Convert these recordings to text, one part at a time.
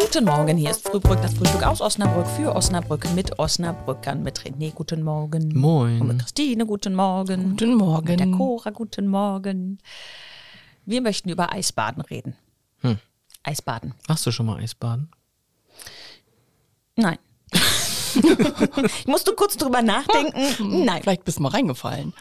Guten Morgen, hier ist Frühbrück, das Frühstück aus Osnabrück für Osnabrück mit Osnabrückern, mit René, guten Morgen. Und mit Moin. Christine, guten Morgen. Guten Morgen. Mit der Cora, guten Morgen. Wir möchten über Eisbaden reden. Hm. Eisbaden? Warst du schon mal Eisbaden? Nein. ich musste kurz drüber nachdenken. Nein. Vielleicht bist du mal reingefallen.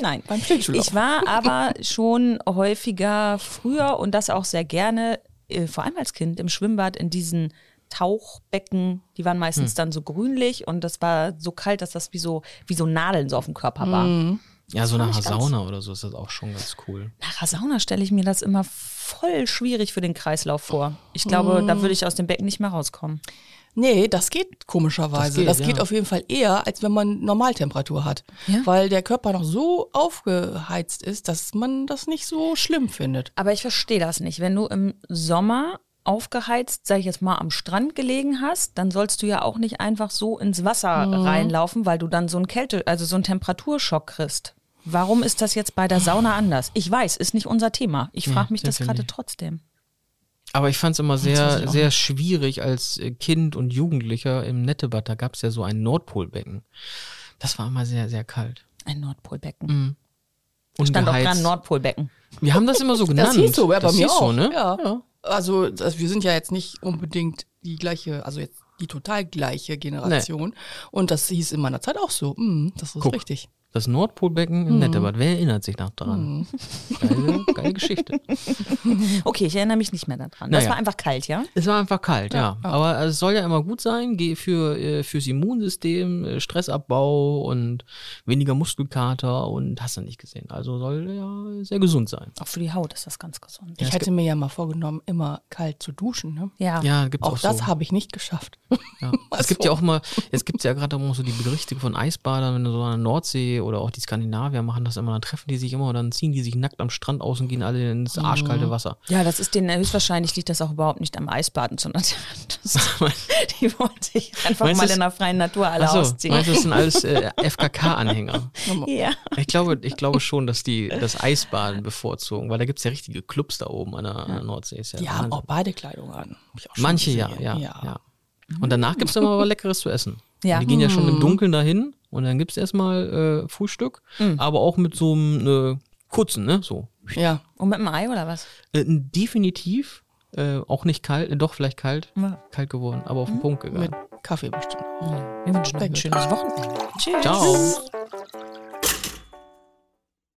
Nein. Beim Schlittschuhlaufen. Ich war aber schon häufiger früher und das auch sehr gerne, äh, vor allem als Kind, im Schwimmbad in diesen Tauchbecken. Die waren meistens dann so grünlich und das war so kalt, dass das wie so, wie so Nadeln so auf dem Körper war. Ja, so ich nach ganz- Sauna oder so ist das auch schon ganz cool. Nach der Sauna stelle ich mir das immer voll schwierig für den Kreislauf vor. Ich glaube, da würde ich aus dem Becken nicht mehr rauskommen. Nee, das geht komischerweise. Das Das geht, geht, ja. auf jeden Fall eher, als wenn man Normaltemperatur hat. Ja. Weil der Körper noch so aufgeheizt ist, dass man das nicht so schlimm findet. Aber ich verstehe das nicht. Wenn du im Sommer aufgeheizt, sag ich jetzt mal, am Strand gelegen hast, dann sollst du ja auch nicht einfach so ins Wasser Mhm. reinlaufen, weil du dann so einen Kälte, also so einen Temperaturschock kriegst. Warum ist das jetzt bei der Sauna anders? Ich weiß, ist nicht unser Thema. Ich frage mich das gerade definitiv. trotzdem. Aber ich fand es immer weiß ich sehr, auch sehr schwierig als äh, Kind und Jugendlicher im Nettebad. Da gab es ja so ein Nordpolbecken. Das war immer sehr, sehr kalt. Ein Mhm, Nordpolbecken. Stand auch Ungeheizt. dran Nordpolbecken. Wir haben das immer so genannt. Das hieß so, ja, bei Das mir hieß auch. so, ne? ja. Also das, wir sind ja jetzt nicht unbedingt die gleiche, also jetzt die total gleiche Generation. Und das hieß in meiner Zeit auch so. Hm, das ist Guck. richtig. Das Nordpolbecken im Nettebad. Wer erinnert sich noch dran? Geile, geile Geschichte. Okay, ich erinnere mich nicht mehr daran. Das Naja. war einfach kalt, ja? Es war einfach kalt, ja. Aber es soll ja immer gut sein geh- für, äh, fürs Immunsystem, äh, Stressabbau und weniger Muskelkater und hast du nicht gesehen. Also soll ja sehr gesund sein. Auch für die Haut ist das ganz gesund. Ich hatte mir ja mal vorgenommen, immer kalt zu duschen. Ne? Ja. Ja, gibt's auch, Auch das so. habe ich nicht geschafft. Ja. Es gibt ja auch mal, es gibt ja gerade auch so die Berichte von Eisbadern, wenn du so an der Nordsee oder auch die Skandinavier machen das immer, dann treffen die sich immer und dann ziehen die sich nackt am Strand aus und gehen alle ins arschkalte Wasser. Ja, das ist denen höchstwahrscheinlich liegt das auch überhaupt nicht am Eisbaden, sondern das, die wollen sich einfach Meinst mal du's- in der freien Natur alle Achso, ausziehen. meinst Also, du, das sind alles äh, FKK-Anhänger? ja. Ich glaube, ich glaube schon, dass die das Eisbaden bevorzugen, weil da gibt es ja richtige Clubs da oben an der, an der Nordsee. Ist ja Die haben Wahnsinn. auch Badekleidung an. Hab ich auch schon Manche ja, gesehen. ja, ja. Und danach gibt es immer was Leckeres zu essen. Ja. Die gehen ja Mhm. schon im Dunkeln dahin und dann gibt es erstmal äh, Frühstück, aber auch mit so einem äh, kurzen, ne? So. ja. Und mit dem Ei oder was? Äh, definitiv äh, auch nicht kalt, äh, doch vielleicht kalt, Ja. kalt geworden, aber auf den Punkt gegangen. Mit Kaffee bestimmt. Wir wünschen euch ein schönes Wochenende. Tschüss. Ciao.